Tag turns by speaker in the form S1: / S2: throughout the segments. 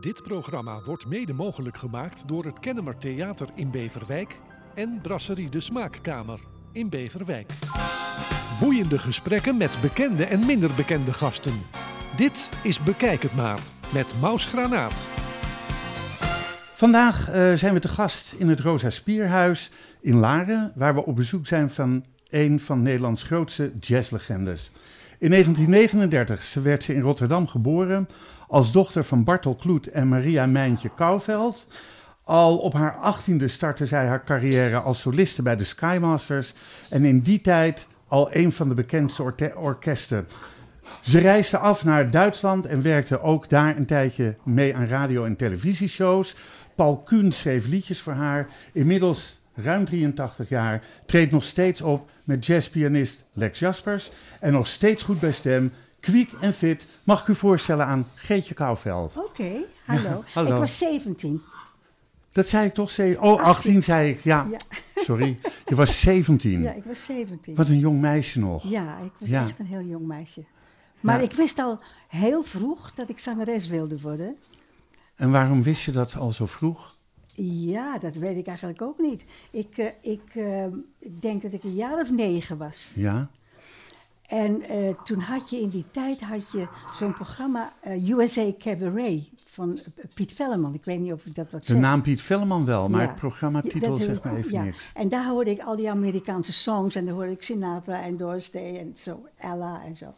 S1: Dit programma wordt mede mogelijk gemaakt door het Kennemer Theater in Beverwijk en Brasserie de Smaakkamer in Beverwijk. Boeiende gesprekken met bekende en minder bekende gasten. Dit is Bekijk het maar met Maus Granaat.
S2: Vandaag eh, zijn we te gast in het Rosa Spierhuis in Laren, waar we op bezoek zijn van een van Nederlands grootste jazzlegendes. In 1939 ze werd ze in Rotterdam geboren als dochter van Bartel Kloet en Maria Mijntje Kouwveld. Al op haar achttiende startte zij haar carrière als soliste bij de Skymasters en in die tijd al een van de bekendste orte- orkesten. Ze reisde af naar Duitsland en werkte ook daar een tijdje mee aan radio- en televisieshows. Paul Kuhn schreef liedjes voor haar. Inmiddels ruim 83 jaar treedt nog steeds op met jazzpianist Lex Jaspers. En nog steeds goed bij stem, kwiek en fit, mag ik u voorstellen aan Geetje Kouwveld.
S3: Oké, hallo.
S2: hallo.
S3: Ik was 17.
S2: Dat zei ik toch? Ze- Oh, 18 zei ik, ja.
S3: Ja.
S2: Sorry, je was 17.
S3: Ja, ik was 17.
S2: Wat een jong meisje nog.
S3: Ja, ik was
S2: Ja.
S3: echt een heel jong meisje. Maar
S2: Ja.
S3: ik wist al heel vroeg dat ik zangeres wilde worden.
S2: En waarom wist je dat al zo vroeg?
S3: Ja, dat weet ik eigenlijk ook niet. Ik, eh, ik, eh, ik denk dat ik een jaar of negen was.
S2: Ja,
S3: En eh, toen had je in die tijd had je zo'n programma eh, USA Cabaret van eh, Piet Velleman. Ik weet niet of ik dat wat
S2: de
S3: zeg.
S2: naam Piet Velleman wel, maar
S3: Ja.
S2: het programmatitel
S3: Dat-
S2: zegt me even
S3: ja.
S2: niks.
S3: En daar hoorde ik al die Amerikaanse songs en daar hoorde ik Sinatra en Doris Day en zo, Ella en zo.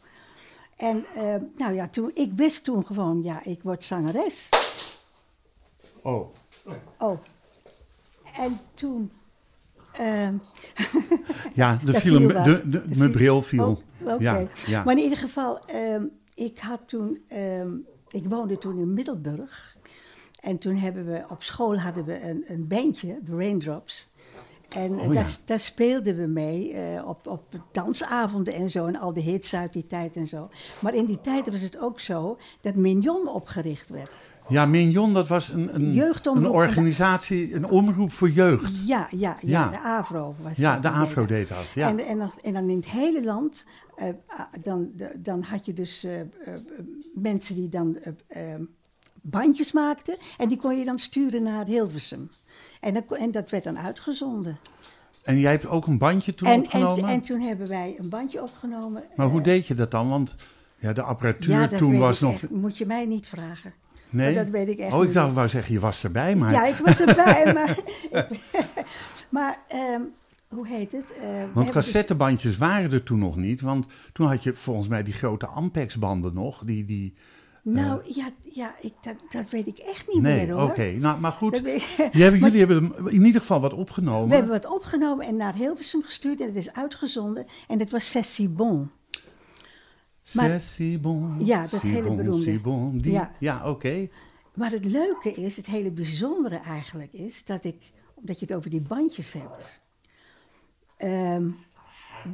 S3: En eh, nou ja, toen, ik wist toen gewoon, ja, ik word zangeres.
S2: Oh.
S3: Oh. En toen. ehm,
S2: Ja, de
S3: daar
S2: viel een-
S3: wat.
S2: de, de,
S3: Er
S2: mijn
S3: viel-
S2: bril viel.
S3: Oh, oké.
S2: Ja, ja.
S3: Maar in ieder geval, ehm, ik had toen, ehm, ik woonde toen in Middelburg. En toen hebben we op school hadden we een, een bandje, de Raindrops. En eh,
S2: Oh, ja.
S3: daar, daar speelden we mee eh, op, op dansavonden en zo. En al de hits uit die tijd en zo. Maar in die tijd was het ook zo dat Mignon opgericht werd.
S2: ja, Mignon, dat was een, een,
S3: Jeugdomroep
S2: een
S3: van de-
S2: organisatie, een omroep voor jeugd.
S3: Ja, ja, ja,
S2: Ja.
S3: de AVRO was
S2: Ja,
S3: dat
S2: de
S3: die deed
S2: AVRO
S3: dat.
S2: deed dat. Ja.
S3: En, en, dan, en dan in het hele land, eh, ah, dan, de- dan had je dus eh, eh, mensen die dan eh, eh, bandjes maakten. En die kon je dan sturen naar Hilversum. En, dan, kon- en dat werd dan uitgezonden.
S2: En jij hebt ook een bandje toen
S3: en, en,
S2: opgenomen?
S3: en toen hebben wij een bandje opgenomen.
S2: maar hoe
S3: eh,
S2: deed je dat dan? Want ja, de apparatuur
S3: ja, dat
S2: toen
S3: weet
S2: was
S3: ik
S2: nog...
S3: echt. moet je mij niet vragen.
S2: nee?
S3: dat weet ik echt
S2: Oh, ik
S3: niet.
S2: dacht, wou zeggen, je was erbij, maar...
S3: Ja, ik was erbij, maar... maar ehm, hoe heet het? Eh, we hebben
S2: Want
S3: dus-
S2: cassettebandjes waren er toen nog niet. Want toen had je volgens mij die grote Ampex-banden nog. Die, die...
S3: Nou, ja, ja ik, dat, dat weet ik echt niet
S2: nee,
S3: meer
S2: oké.
S3: hoor.
S2: Nou, maar goed.
S3: Dat weet ik-
S2: Die hebben, jullie hebben hem in ieder geval wat opgenomen.
S3: We hebben wat opgenomen en naar Hilversum gestuurd en het is uitgezonden. En dat was Sessie Bon. maar-
S2: C'est si bon,
S3: Ja, dat
S2: si
S3: hele
S2: bon,
S3: beroemde.
S2: si bon, die. Ja,
S3: Ja.
S2: oké.
S3: Maar het leuke is, het hele bijzondere eigenlijk is, dat ik, omdat je het over die bandjes hebt. ehm,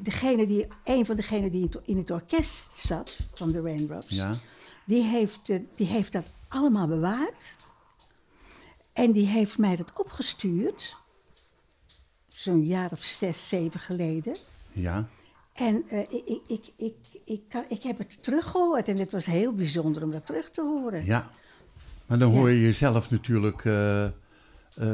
S3: degene die, een van degenen die in het- in het orkest zat, van de Raindrops,
S2: Ja.
S3: die, heeft, eh, die heeft dat allemaal bewaard. En die heeft mij dat opgestuurd, zo'n jaar of zes, zeven geleden.
S2: Ja.
S3: En eh, ik, ik, ik, ik, ik, kan, ik heb het teruggehoord en het was heel bijzonder om dat terug te horen.
S2: ja. Maar dan
S3: Ja.
S2: hoor je jezelf natuurlijk eh, eh,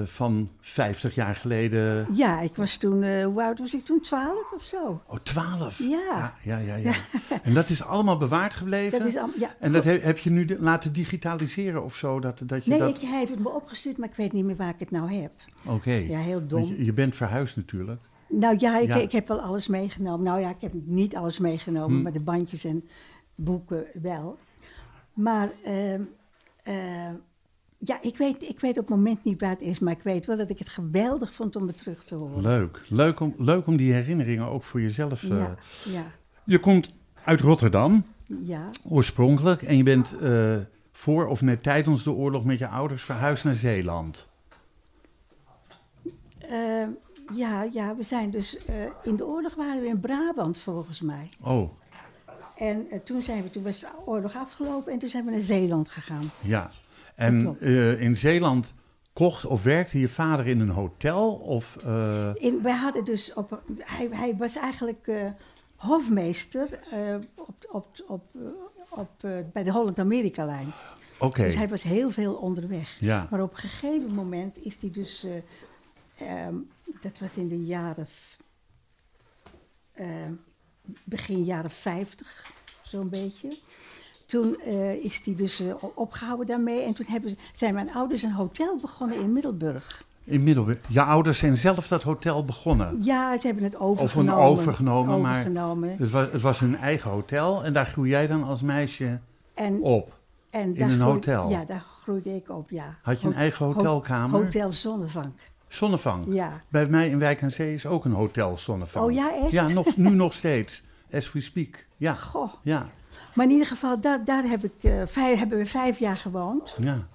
S2: van 50 jaar geleden.
S3: Ja, ik was toen, eh hoe oud was ik toen? 12 of zo.
S2: Oh, 12.
S3: Ja.
S2: Ja, ja, ja. ja. En dat is allemaal bewaard gebleven.
S3: Dat is al, ja.
S2: en dat he- heb je nu de- laten digitaliseren of zo? Dat, dat je
S3: Nee,
S2: dat...
S3: ik, hij heeft het me opgestuurd, maar ik weet niet meer waar ik het nou heb.
S2: Oké.
S3: Ja, heel
S2: Want
S3: dom.
S2: je, je bent verhuisd natuurlijk.
S3: Nou ja ik,
S2: Ja.
S3: ik heb wel alles meegenomen. Nou ja, ik heb niet alles meegenomen,
S2: Hm.
S3: maar de bandjes en boeken wel. Maar ehm, eh, ja, ik weet, ik weet op het moment niet waar het is, maar ik weet wel dat ik het geweldig vond om het terug te horen.
S2: Leuk. Leuk om, leuk om die herinneringen ook voor jezelf. eh,
S3: Ja, ja,
S2: Je komt uit Rotterdam.
S3: ja.
S2: Oorspronkelijk. En je bent eh, voor of net tijdens de oorlog met je ouders verhuisd naar Zeeland.
S3: Eh, ja, ja, we zijn dus eh, in de oorlog waren we in Brabant volgens mij.
S2: Oh,
S3: En eh, toen zijn we, toen was de oorlog afgelopen en toen zijn we naar Zeeland gegaan.
S2: ja.
S3: Dat
S2: En
S3: klopt.
S2: eh, in Zeeland kocht of werkte je vader in een hotel? Of, eh,
S3: In, wij hadden dus op, hij, hij was eigenlijk eh, hofmeester eh, op, op, op, eh, op, eh, bij de Holland-Amerika-lijn.
S2: Oké.
S3: Dus hij was heel veel onderweg.
S2: Ja.
S3: Maar op een gegeven moment is hij dus, eh, ehm, dat was in de jaren, f- ehm, begin jaren 50, zo'n beetje. Toen eh, is hij dus eh, o- opgehouden daarmee. En toen hebben, ze- zijn mijn ouders een hotel begonnen in Middelburg.
S2: In Middelburg. Je ouders zijn zelf dat hotel begonnen.
S3: Ja, ze hebben het
S2: Of
S3: overgenomen.
S2: een overgenomen, maar
S3: Overgenomen.
S2: het was, het was hun eigen hotel. En daar groei jij dan als meisje
S3: En,
S2: op.
S3: en
S2: in
S3: daar
S2: een
S3: groeide-
S2: hotel.
S3: Ja, daar groeide ik op, ja.
S2: Had je een
S3: Ho-
S2: eigen
S3: ho-
S2: hotelkamer?
S3: Hotel Zonnevank,
S2: Zonnevang.
S3: ja.
S2: Bij mij in Wijk aan Zee is ook een hotel Zonnevang.
S3: Oh ja, echt?
S2: Ja, nog, nu nog steeds. As we speak. Ja,
S3: Goh.
S2: ja,
S3: Maar in ieder geval, daar, daar heb ik, eh, vijf, hebben we vijf jaar gewoond.
S2: ja.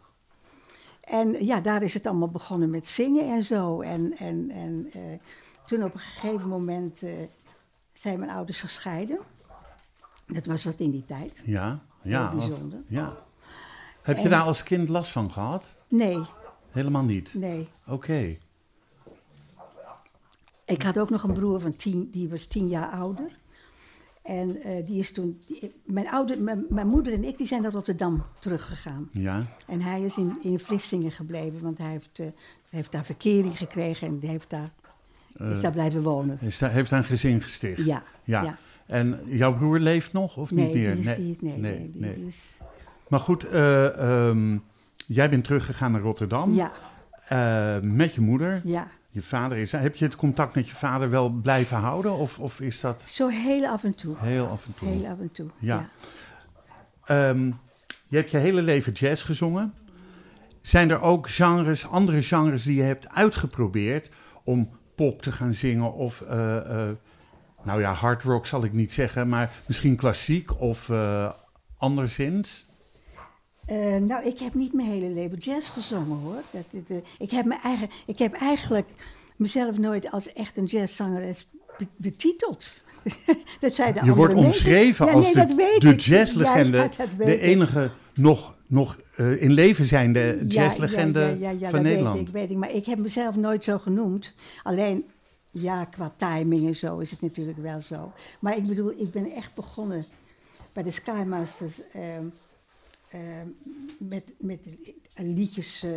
S3: En eh, ja, daar is het allemaal begonnen met zingen en zo. En, en, en eh, toen op een gegeven moment eh, zijn mijn ouders gescheiden. Dat was wat in die tijd.
S2: Ja, ja.
S3: Heel
S2: als-
S3: bijzonder.
S2: ja. Heb je
S3: En-
S2: daar als kind last van gehad?
S3: Nee,
S2: Helemaal niet.
S3: nee.
S2: Oké.
S3: Ik had ook nog een broer van tien, die was tien jaar ouder. En eh, die is toen, die- mijn, ouder, mijn, mijn moeder en ik die zijn naar Rotterdam teruggegaan.
S2: Ja,
S3: En hij is in, in Vlissingen gebleven, want hij heeft, eh, hij heeft daar verkering gekregen en die heeft daar, is daar blijven wonen.
S2: is daar- heeft daar een gezin gesticht.
S3: Ja,
S2: Eh, ja.
S3: ja.
S2: En jouw broer leeft nog of
S3: Nee,
S2: niet meer?
S3: die is, Die, nee, nee, die-
S2: nee.
S3: die is-
S2: Maar goed, eh, ehm, jij bent teruggegaan naar Rotterdam
S3: ja,
S2: eh, met je moeder.
S3: ja.
S2: Je vader is. Heb je het contact met je vader wel blijven houden? Of, of is dat
S3: Zo heel af en toe.
S2: heel af en toe?
S3: Heel af en toe.
S2: Ja. Ehm, je hebt je hele leven jazz gezongen. Zijn er ook genres, andere genres die je hebt uitgeprobeerd om pop te gaan zingen of, eh, eh, nou ja, hard rock zal ik niet zeggen, maar misschien klassiek of eh, anderszins?
S3: Eh, nou, ik heb niet mijn hele leven jazz gezongen hoor. Dat, dat, eh, ik, heb mijn eigen, ik heb eigenlijk mezelf nooit als echt een jazzzangeres be- betiteld. dat zei de
S2: Je
S3: andere
S2: wordt
S3: mensen.
S2: omschreven
S3: Ja,
S2: als
S3: nee, dat
S2: de,
S3: weet
S2: de
S3: ik.
S2: jazzlegende,
S3: Juist, dat weet
S2: de
S3: ik.
S2: enige nog, nog eh, in leven zijnde
S3: Ja,
S2: jazzlegende
S3: ja, ja, ja, ja,
S2: van
S3: dat
S2: Nederland.
S3: Weet ik, weet ik, maar ik heb mezelf nooit zo genoemd. Alleen, ja, qua timing en zo is het natuurlijk wel zo. Maar ik bedoel, ik ben echt begonnen bij de Sky Masters ehm, ehm, met, met liedjes, eh,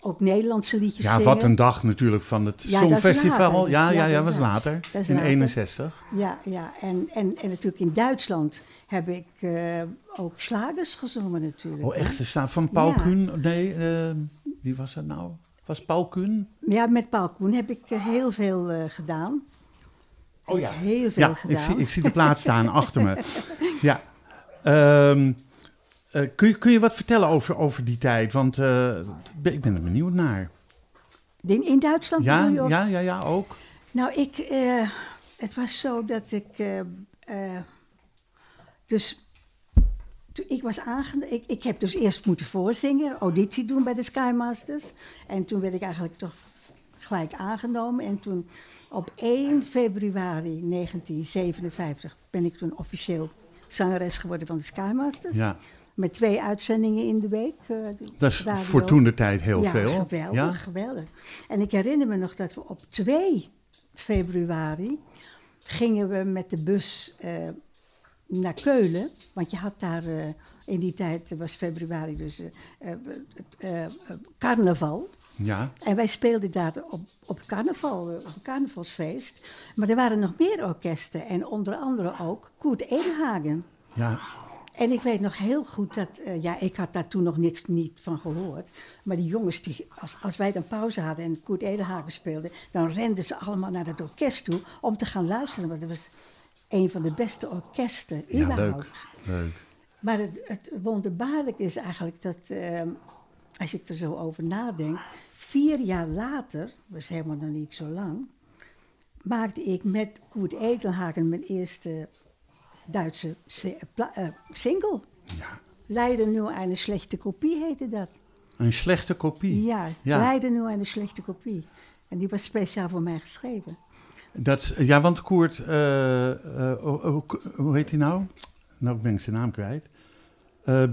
S3: ook Nederlandse liedjes
S2: Ja,
S3: zingen.
S2: wat een dag natuurlijk van het
S3: Ja, dat is
S2: Songfestival.
S3: later.
S2: Ja,
S3: Ja,
S2: ja, ja,
S3: dat is
S2: was
S3: later.
S2: later.
S3: Dat is
S2: in
S3: later.
S2: 61.
S3: Ja, ja. En, en, en natuurlijk in Duitsland heb ik eh, ook slagers gezongen natuurlijk.
S2: Oh, echt? Ze staan van Paul
S3: Ja.
S2: Kuhn? Nee, eh, wie was dat nou? Was Paul Kuhn?
S3: Ja, met Paul Koen heb ik eh, heel veel eh, gedaan.
S2: Oh
S3: Heb
S2: ja.
S3: ik Heel veel
S2: Ja,
S3: gedaan.
S2: ik zie, ik zie de plaat staan achter me. Ja. Ehm, eh, kun, je, kun je wat vertellen over, over die tijd? Want eh, ik ben- ik ben er benieuwd naar.
S3: In, in Duitsland
S2: Ja,
S3: bedoel je, of-
S2: ja, ja, ja, ook.
S3: Nou, ik, eh, het was zo dat ik, eh, eh, dus toen ik was aangenomen, ik, ik heb dus eerst moeten voorzingen, auditie doen bij de Sky Masters. En toen werd ik eigenlijk toch gelijk aangenomen. En toen op 1 februari 1957 ben ik toen officieel zangeres geworden van de Sky Masters.
S2: Ja.
S3: Met twee uitzendingen in de week. eh,
S2: Dat is
S3: radio.
S2: voor toen de tijd heel
S3: ja,
S2: veel.
S3: Geweldig,
S2: Ja?
S3: geweldig. En ik herinner me nog dat we op 2 februari gingen we met de bus eh, naar Keulen. Want je had daar eh, in die tijd, dat was februari dus, eh, eh, eh, eh, carnaval.
S2: ja.
S3: En wij speelden daar op, op carnaval, eh, op een carnavalsfeest. Maar er waren nog meer orkesten en onder andere ook Koert Edenhagen.
S2: Ja.
S3: En ik weet nog heel goed dat, eh, ja, ik had daar toen nog niks niet van gehoord. Maar die jongens, die, als, als wij dan pauze hadden en Koert Edelhagen speelde, dan renden ze allemaal naar het orkest toe om te gaan luisteren. Want dat was een van de beste orkesten
S2: ja,
S3: überhaupt.
S2: leuk. leuk.
S3: Maar het, het wonderbaarlijk is eigenlijk dat, ehm, als ik er zo over nadenk, vier jaar later, was helemaal nog niet zo lang, maakte ik met Koert Edelhagen mijn eerste Duitse si- pla- eh, single.
S2: Ja.
S3: Leiden nu aan een slechte kopie heette dat.
S2: Een slechte kopie.
S3: Ja, Leiden nu aan een slechte kopie. En die was speciaal voor mij geschreven.
S2: Dat, is- ja, want Koert, eh, eh, oh, oh, Ko- hoe heet hij nou? Nou, ik ben zijn naam kwijt. Eh, eh,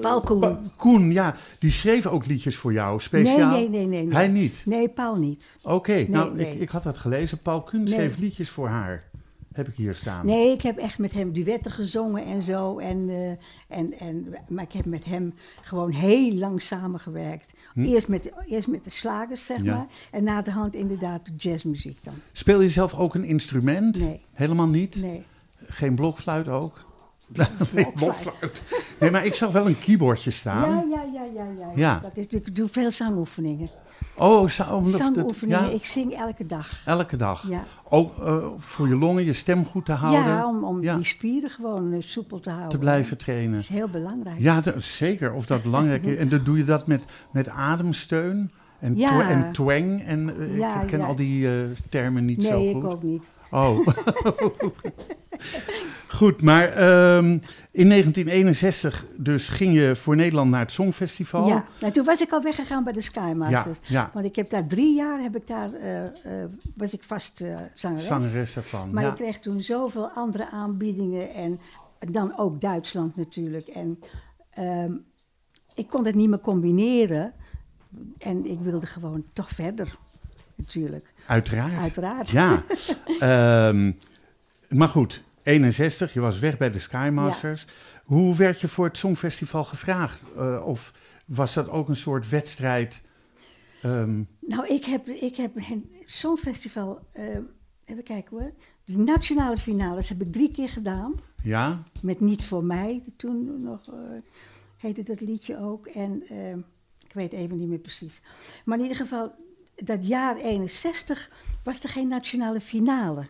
S3: Paul Koen.
S2: Pa- Koen, ja. Die schreef ook liedjes voor jou, speciaal.
S3: Nee, nee, nee, nee, nee.
S2: Hij niet?
S3: Nee, Paul niet.
S2: Oké, nou,
S3: nee.
S2: Ik, ik had dat gelezen. Paul Koen
S3: Nee.
S2: schreef liedjes voor haar. heb ik hier staan.
S3: Nee, ik heb echt met hem duetten gezongen en zo. En, eh, en, en, maar ik heb met hem gewoon heel lang samengewerkt. Eerst, met, eerst met de slagers, zeg
S2: Hm? Ja.
S3: maar. En na de hand inderdaad de jazzmuziek dan.
S2: Speel je zelf ook een instrument?
S3: Nee.
S2: Helemaal niet?
S3: Nee.
S2: Geen blokfluit ook? Nee, blokfluit. Nee, maar ik zag wel een keyboardje staan.
S3: Ja, ja, ja, ja, ja.
S2: Ja.
S3: Dat is, ik doe veel zangoefeningen.
S2: Oh, zo, omdat het-
S3: Zangoefeningen,
S2: ja,
S3: ik zing elke dag.
S2: Elke dag.
S3: Ja.
S2: Ook eh, voor je longen, je stem goed te houden.
S3: Ja, om, om
S2: Ja,
S3: die spieren gewoon eh, soepel te houden.
S2: te blijven
S3: Dat
S2: trainen.
S3: is heel belangrijk.
S2: Ja, dat- zeker. Of dat belangrijk is. En dan doe je dat met, met ademsteun en,
S3: Ja.
S2: twa- en twang. En eh,
S3: Ja,
S2: ik ken
S3: ja.
S2: al die eh, termen niet zo
S3: nee,
S2: goed.
S3: ik ook niet.
S2: Oh. Goed, maar ehm, in 1961 dus ging je voor Nederland naar het Songfestival.
S3: Ja. dus- Nou, toen was ik al weggegaan bij de
S2: ja,
S3: Skymasters.
S2: ja.
S3: Want ik heb daar drie jaar, heb ik daar, eh, eh, was ik vast eh zangeres.
S2: zangeres ervan.
S3: Maar
S2: ja.
S3: ik kreeg toen zoveel andere aanbiedingen en dan ook Duitsland natuurlijk. En ehm, ik kon het niet meer combineren en ik wilde gewoon toch verder natuurlijk,
S2: Uiteraard.
S3: uiteraard.
S2: Ja. Ehm, maar goed, 61, je was weg bij de Skymasters. Hoe werd je voor het Songfestival gevraagd? Eh, of was dat ook een soort wedstrijd? Ehm,
S3: Nou, ik heb, ik heb hen- zo'n festival, ehm, even kijken hoor, die nationale finales heb ik drie keer gedaan.
S2: ja,
S3: Met Niet voor mij, toen nog eh, heette dat liedje ook. En eh, ik weet even niet meer precies. Maar in ieder geval, dat jaar 61 was er geen nationale finale.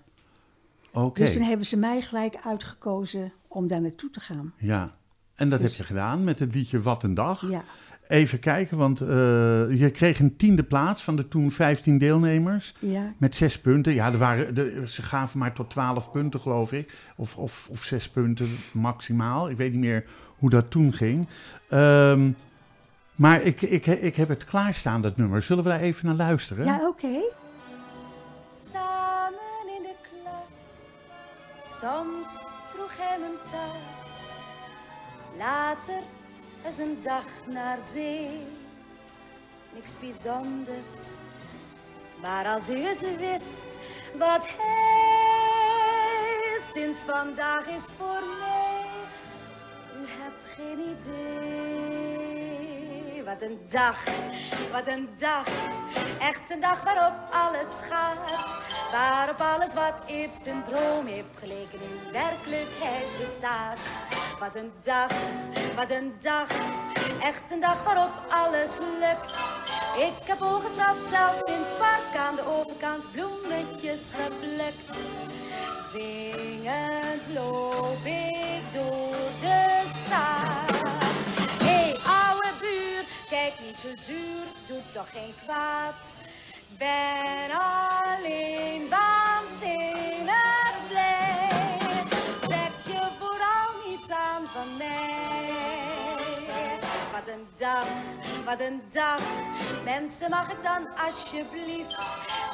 S2: oké.
S3: Dus toen hebben ze mij gelijk uitgekozen om daar naartoe te gaan.
S2: Ja. En dat
S3: Dus-
S2: heb je gedaan met het liedje Wat een Dag.
S3: Ja,
S2: Even kijken, want eh, je kreeg een tiende plaats van de toen 15 deelnemers.
S3: ja.
S2: Met zes punten. Ja, er waren, de- ze gaven maar tot twaalf punten, geloof ik. Of, of, of zes punten maximaal. Ik weet niet meer hoe dat toen ging. Ehm, maar ik, ik, ik heb het klaarstaan, dat nummer. Zullen we daar even naar luisteren?
S3: Ja, oké.
S4: Samen in de klas, soms droeg hij mijn tas. Later is een dag naar zee, niks bijzonders. Maar als u eens wist wat hij sinds vandaag is voor mij, u hebt geen idee. Wat een dag, wat een dag. Echt een dag waarop alles gaat. Waarop alles wat eerst een droom heeft geleken in werkelijkheid bestaat. Wat een dag, wat een dag. Echt een dag waarop alles lukt. Ik heb ooggeslapt, zelfs in het park aan de overkant bloemetjes geplukt. Zingend loop ik door de straat. Hé, hey, ouwe buur, kijk niet zo zuur, doet toch geen kwaad. Ben alleen waanzinnig blij. Trek je vooral niets aan van mij. Wat een dag, wat een dag. Mensen, mag ik dan alsjeblieft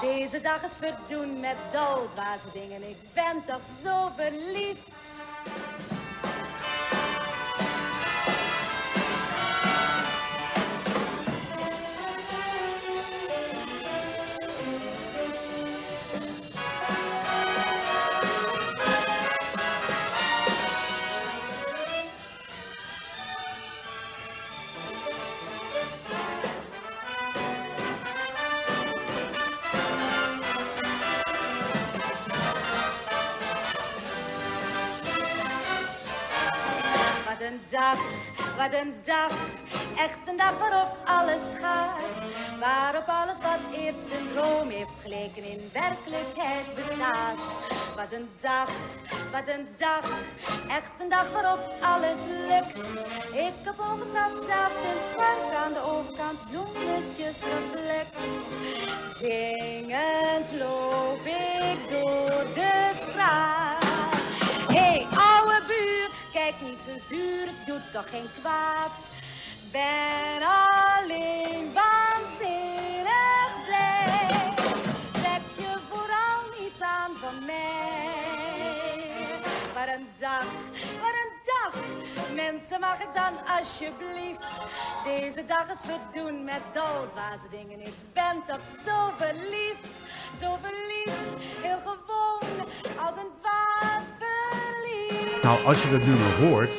S4: deze dag eens verdoen met doodwaartse dingen? Ik ben toch zo verliefd. Wat een dag, wat een dag. Echt een dag waarop alles gaat. Waarop alles wat eerst een droom heeft geleken in werkelijkheid bestaat. Wat een dag, wat een dag. Echt een dag waarop alles lukt. Ik heb omgestapt zelfs in het park aan de overkant bloemetjes geplukt. Zingend loop ik door de straat. Hé, hey, ouwe buur, kijk niet zo zuur, het doet toch geen kwaad. Ben alleen waanzinnig blij. Trek je vooral niets aan van mij. Wat een dag, wat een dag. Mensen mensen, mag ik dan alsjeblieft deze dag eens verdoen met doldwaze dingen? Ik ben toch zo verliefd, zo verliefd, heel gewoon, als een dwaas verliefd.
S2: Nou, als je dat nummer hoort,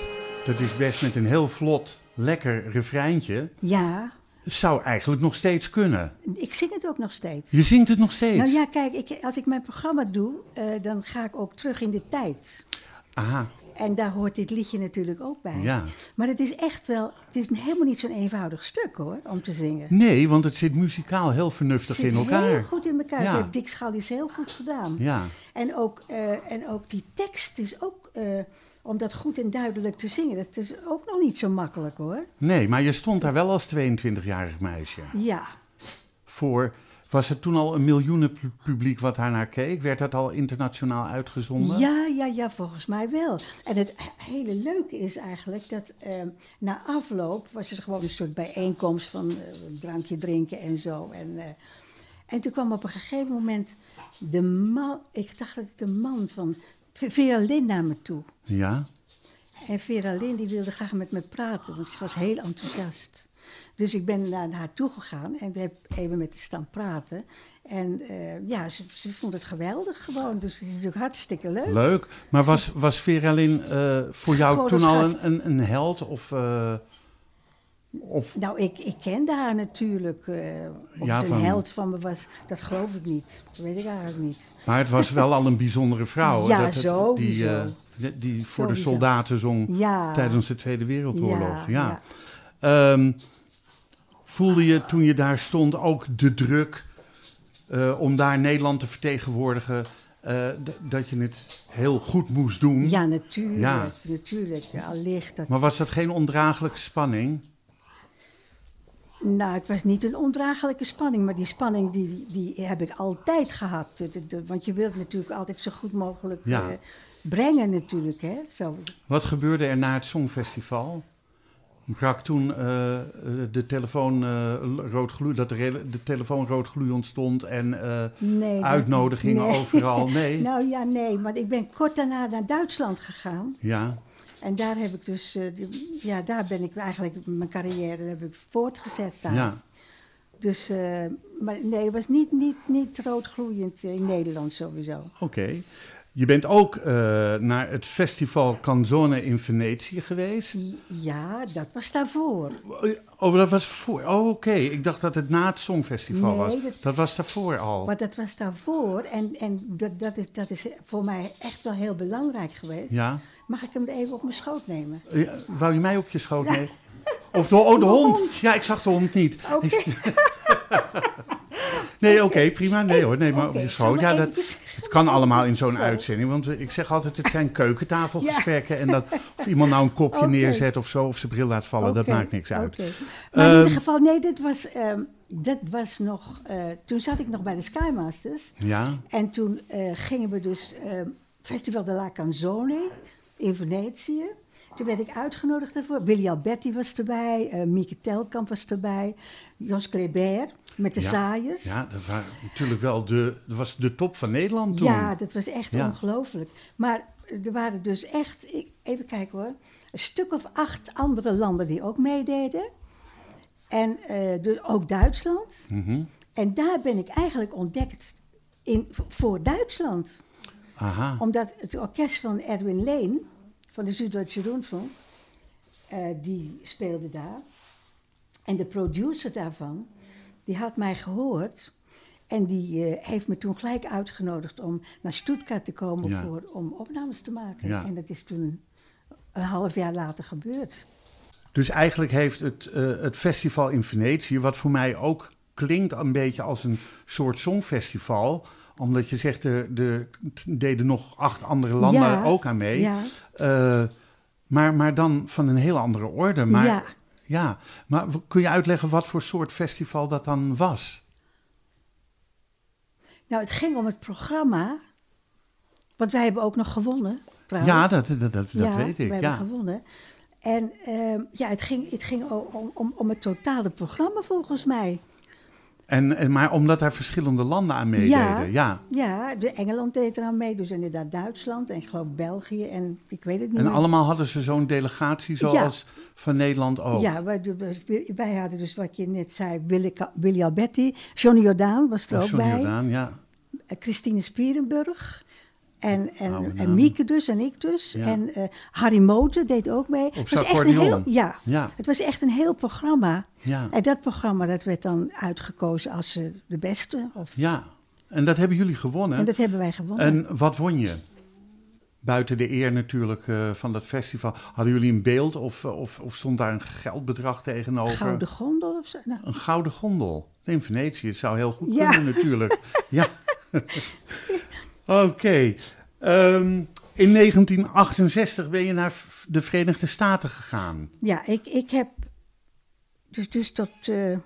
S2: dat is best met een heel vlot, lekker refreintje.
S3: Ja,
S2: Zou eigenlijk nog steeds kunnen.
S3: ik zing het ook nog steeds.
S2: Je zingt het nog steeds.
S3: Nou ja, kijk, ik, als ik mijn programma doe, eh, dan ga ik ook terug in de tijd.
S2: Aha,
S3: En daar hoort dit liedje natuurlijk ook bij.
S2: Ja.
S3: Maar het is echt wel, het is helemaal niet zo'n eenvoudig stuk hoor, om te zingen.
S2: nee, want het zit muzikaal heel
S3: Het
S2: vernuftig
S3: zit
S2: in elkaar.
S3: heel goed in elkaar.
S2: Ja.
S3: Dat heeft Dick Schaldis heel goed gedaan.
S2: Ja,
S3: En, ook, eh, en ook die tekst is ook, eh, om dat goed en duidelijk te zingen, dat is ook nog niet zo makkelijk hoor.
S2: nee, maar je stond daar wel als 22-jarig meisje.
S3: Ja,
S2: Voor, was het toen al een miljoenen pu- publiek wat daar naar keek? Werd dat al internationaal uitgezonden?
S3: Ja, ja, ja, volgens mij wel. En het he- hele leuke is eigenlijk dat ehm, na afloop was er gewoon een soort bijeenkomst van eh, een drankje drinken en zo. En, eh, en toen kwam op een gegeven moment de man, ik dacht dat het een man van Ve- Vera Lynn naar me toe.
S2: Ja?
S3: En Vera Lynn die wilde graag met me praten, want ze was heel enthousiast. Dus ik ben naar haar toe gegaan en heb even met haar staan praten. En eh, ja, ze, ze vond het geweldig gewoon. Dus het is natuurlijk hartstikke leuk.
S2: Leuk. Maar was, was Vera Lynn eh, voor jou
S3: Gewoon
S2: toen
S3: als
S2: al
S3: gast.
S2: een, een, een held? Of, eh, of
S3: Nou, ik, ik kende haar natuurlijk. eh of
S2: Ja,
S3: het een
S2: van-
S3: held van me was, dat geloof ik niet. Dat weet ik eigenlijk niet.
S2: Maar het was wel al een bijzondere vrouw.
S3: Ja,
S2: dat het- Die,
S3: sowieso.
S2: eh, de- die voor de
S3: Sowieso.
S2: soldaten zong
S3: Ja.
S2: tijdens de Tweede Wereldoorlog. Ja,
S3: Ja, ja.
S2: Ehm, voelde je toen je daar stond ook de druk eh, om daar Nederland te vertegenwoordigen? eh, d- dat je het heel goed moest doen?
S3: Ja, natuurlijk.
S2: Ja.
S3: Natuurlijk. Ja, allicht dat.
S2: Maar was dat geen ondraaglijke spanning?
S3: Nou, het was niet een ondraaglijke spanning, maar die spanning die, die heb ik altijd gehad. De- de- de- want je wilt natuurlijk altijd zo goed mogelijk
S2: Ja.
S3: eh, brengen, natuurlijk. Hè? Zo.
S2: Wat gebeurde er na het Songfestival? Brak toen eh, eh, de telefoon eh, l- rood gloei, dat de, rela- de telefoon rood gloei ontstond en eh,
S3: Nee, dat-
S2: uitnodigingen
S3: nee.
S2: overal. Nee.
S3: Nou ja, nee, want ik ben kort daarna naar Duitsland gegaan.
S2: Ja,
S3: En daar heb ik dus, eh, de- ja, daar ben ik eigenlijk mijn carrière heb ik voortgezet. Daar.
S2: ja.
S3: Dus, eh, maar nee, het was niet, niet, niet roodgloeiend eh, in Nederland sowieso.
S2: Oké. Je bent ook eh, naar het festival Canzone in Venetië geweest.
S3: Ja, dat was daarvoor.
S2: Oh, dat was voor. Oh, oké. Ik dacht dat het na het Songfestival
S3: Nee,
S2: was. Dat...
S3: dat-
S2: was daarvoor al.
S3: Maar dat was daarvoor en, en dat, dat, is, dat is voor mij echt wel heel belangrijk geweest.
S2: Ja.
S3: Mag ik hem even op mijn schoot nemen?
S2: Ja, Wou je mij op je schoot nemen? Of de, oh, de
S3: De
S2: hond.
S3: hond.
S2: Ja, ik zag de hond niet.
S3: Oké,
S2: Nee, oké, prima. Nee hoor, nee, maar op
S3: oké,
S2: je
S3: ga
S2: schoot.
S3: maar
S2: Ja,
S3: even-
S2: dat, het kan allemaal in zo'n
S3: Zo.
S2: uitzending. Want eh, ik zeg altijd, het zijn keukentafelgesprekken. En dat of iemand nou een kopje
S3: Oké.
S2: neerzet of zo, of zijn bril laat vallen, oh, dat
S3: Oké,
S2: maakt niks uit.
S3: oké. Maar in
S2: Ehm,
S3: ieder geval, nee, dit was, ehm, dat was nog, eh, toen zat ik nog bij de Sky Masters.
S2: Ja,
S3: En toen eh, gingen we dus ehm, Festival de la Canzone in Venetië. Toen werd ik uitgenodigd daarvoor. Willy Alberti was erbij, eh Mieke Telkamp was erbij, Jos Kleber met de
S2: Ja,
S3: Saaiers.
S2: ja dat, waren natuurlijk wel de, dat was de top van Nederland toen.
S3: Ja, dat was echt
S2: Ja.
S3: ongelooflijk. Maar er waren dus echt, ik- even kijken hoor, een stuk of acht andere landen die ook meededen. En eh, dus ook Duitsland.
S2: Mhm.
S3: En daar ben ik eigenlijk ontdekt in, voor Duitsland.
S2: Aha,
S3: Omdat het orkest van Edwin Leen, van de Zuid-Duitse Rundfunk, eh, die speelde daar. En de producer daarvan, die had mij gehoord. En die eh, heeft me toen gelijk uitgenodigd om naar Stuttgart te komen
S2: Ja.
S3: voor, om opnames te maken.
S2: Ja.
S3: En dat is toen een half jaar later gebeurd.
S2: Dus eigenlijk heeft het, eh, het festival in Venetië, wat voor mij ook klinkt een beetje als een soort songfestival, omdat je zegt, er, er deden nog acht andere landen
S3: Ja,
S2: ook aan mee.
S3: Ja,
S2: Eh, maar, maar dan van een hele andere orde. Maar,
S3: ja.
S2: ja. Maar w- kun je uitleggen wat voor soort festival dat dan was?
S3: Nou, het ging om het programma. Want wij hebben ook nog gewonnen. Trouwens.
S2: Ja, dat, dat, dat, dat weet
S3: We
S2: ik.
S3: hebben
S2: Ja.
S3: gewonnen. En ehm, ja, het ging, het ging o- om, om, om het totale programma volgens mij.
S2: En, en, maar omdat daar verschillende landen aan meededen. Ja.
S3: Ja, de Engeland deed eraan mee, dus inderdaad Duitsland en ik geloof België en ik weet het niet
S2: En
S3: meer.
S2: allemaal hadden ze zo'n delegatie zoals van Nederland ook.
S3: Ja, wij, wij- wij hadden dus wat je net zei, Willy, Willy Alberti, Johnny Jordaan was er
S2: Of
S3: ook
S2: Johnny
S3: bij,
S2: Jordaan, ja.
S3: eh, Christine Spierenburg en,
S2: Oh, Oude
S3: en, en
S2: namen.
S3: Mieke dus en ik dus
S2: Ja.
S3: en eh, Harry Moten deed ook mee. Het was echt een heel,
S2: accordeon.
S3: ja,
S2: Ja,
S3: het was echt een heel programma.
S2: ja,
S3: En dat programma dat werd dan uitgekozen als eh, de beste. Of,
S2: ja. En dat hebben jullie gewonnen.
S3: en dat hebben wij gewonnen.
S2: En wat won je? Buiten de eer natuurlijk eh, van dat festival. Hadden jullie een beeld of, eh, of, of stond daar een geldbedrag tegenover?
S3: Gouden gondel of zo. Nou,
S2: Een gouden gondel. In Venetië, het zou heel goed
S3: Ja.
S2: kunnen natuurlijk. ja. Oké. Ehm, in 1968 ben je naar v- de Verenigde Staten gegaan.
S3: ja, ik, ik heb dus, dus tot, eh,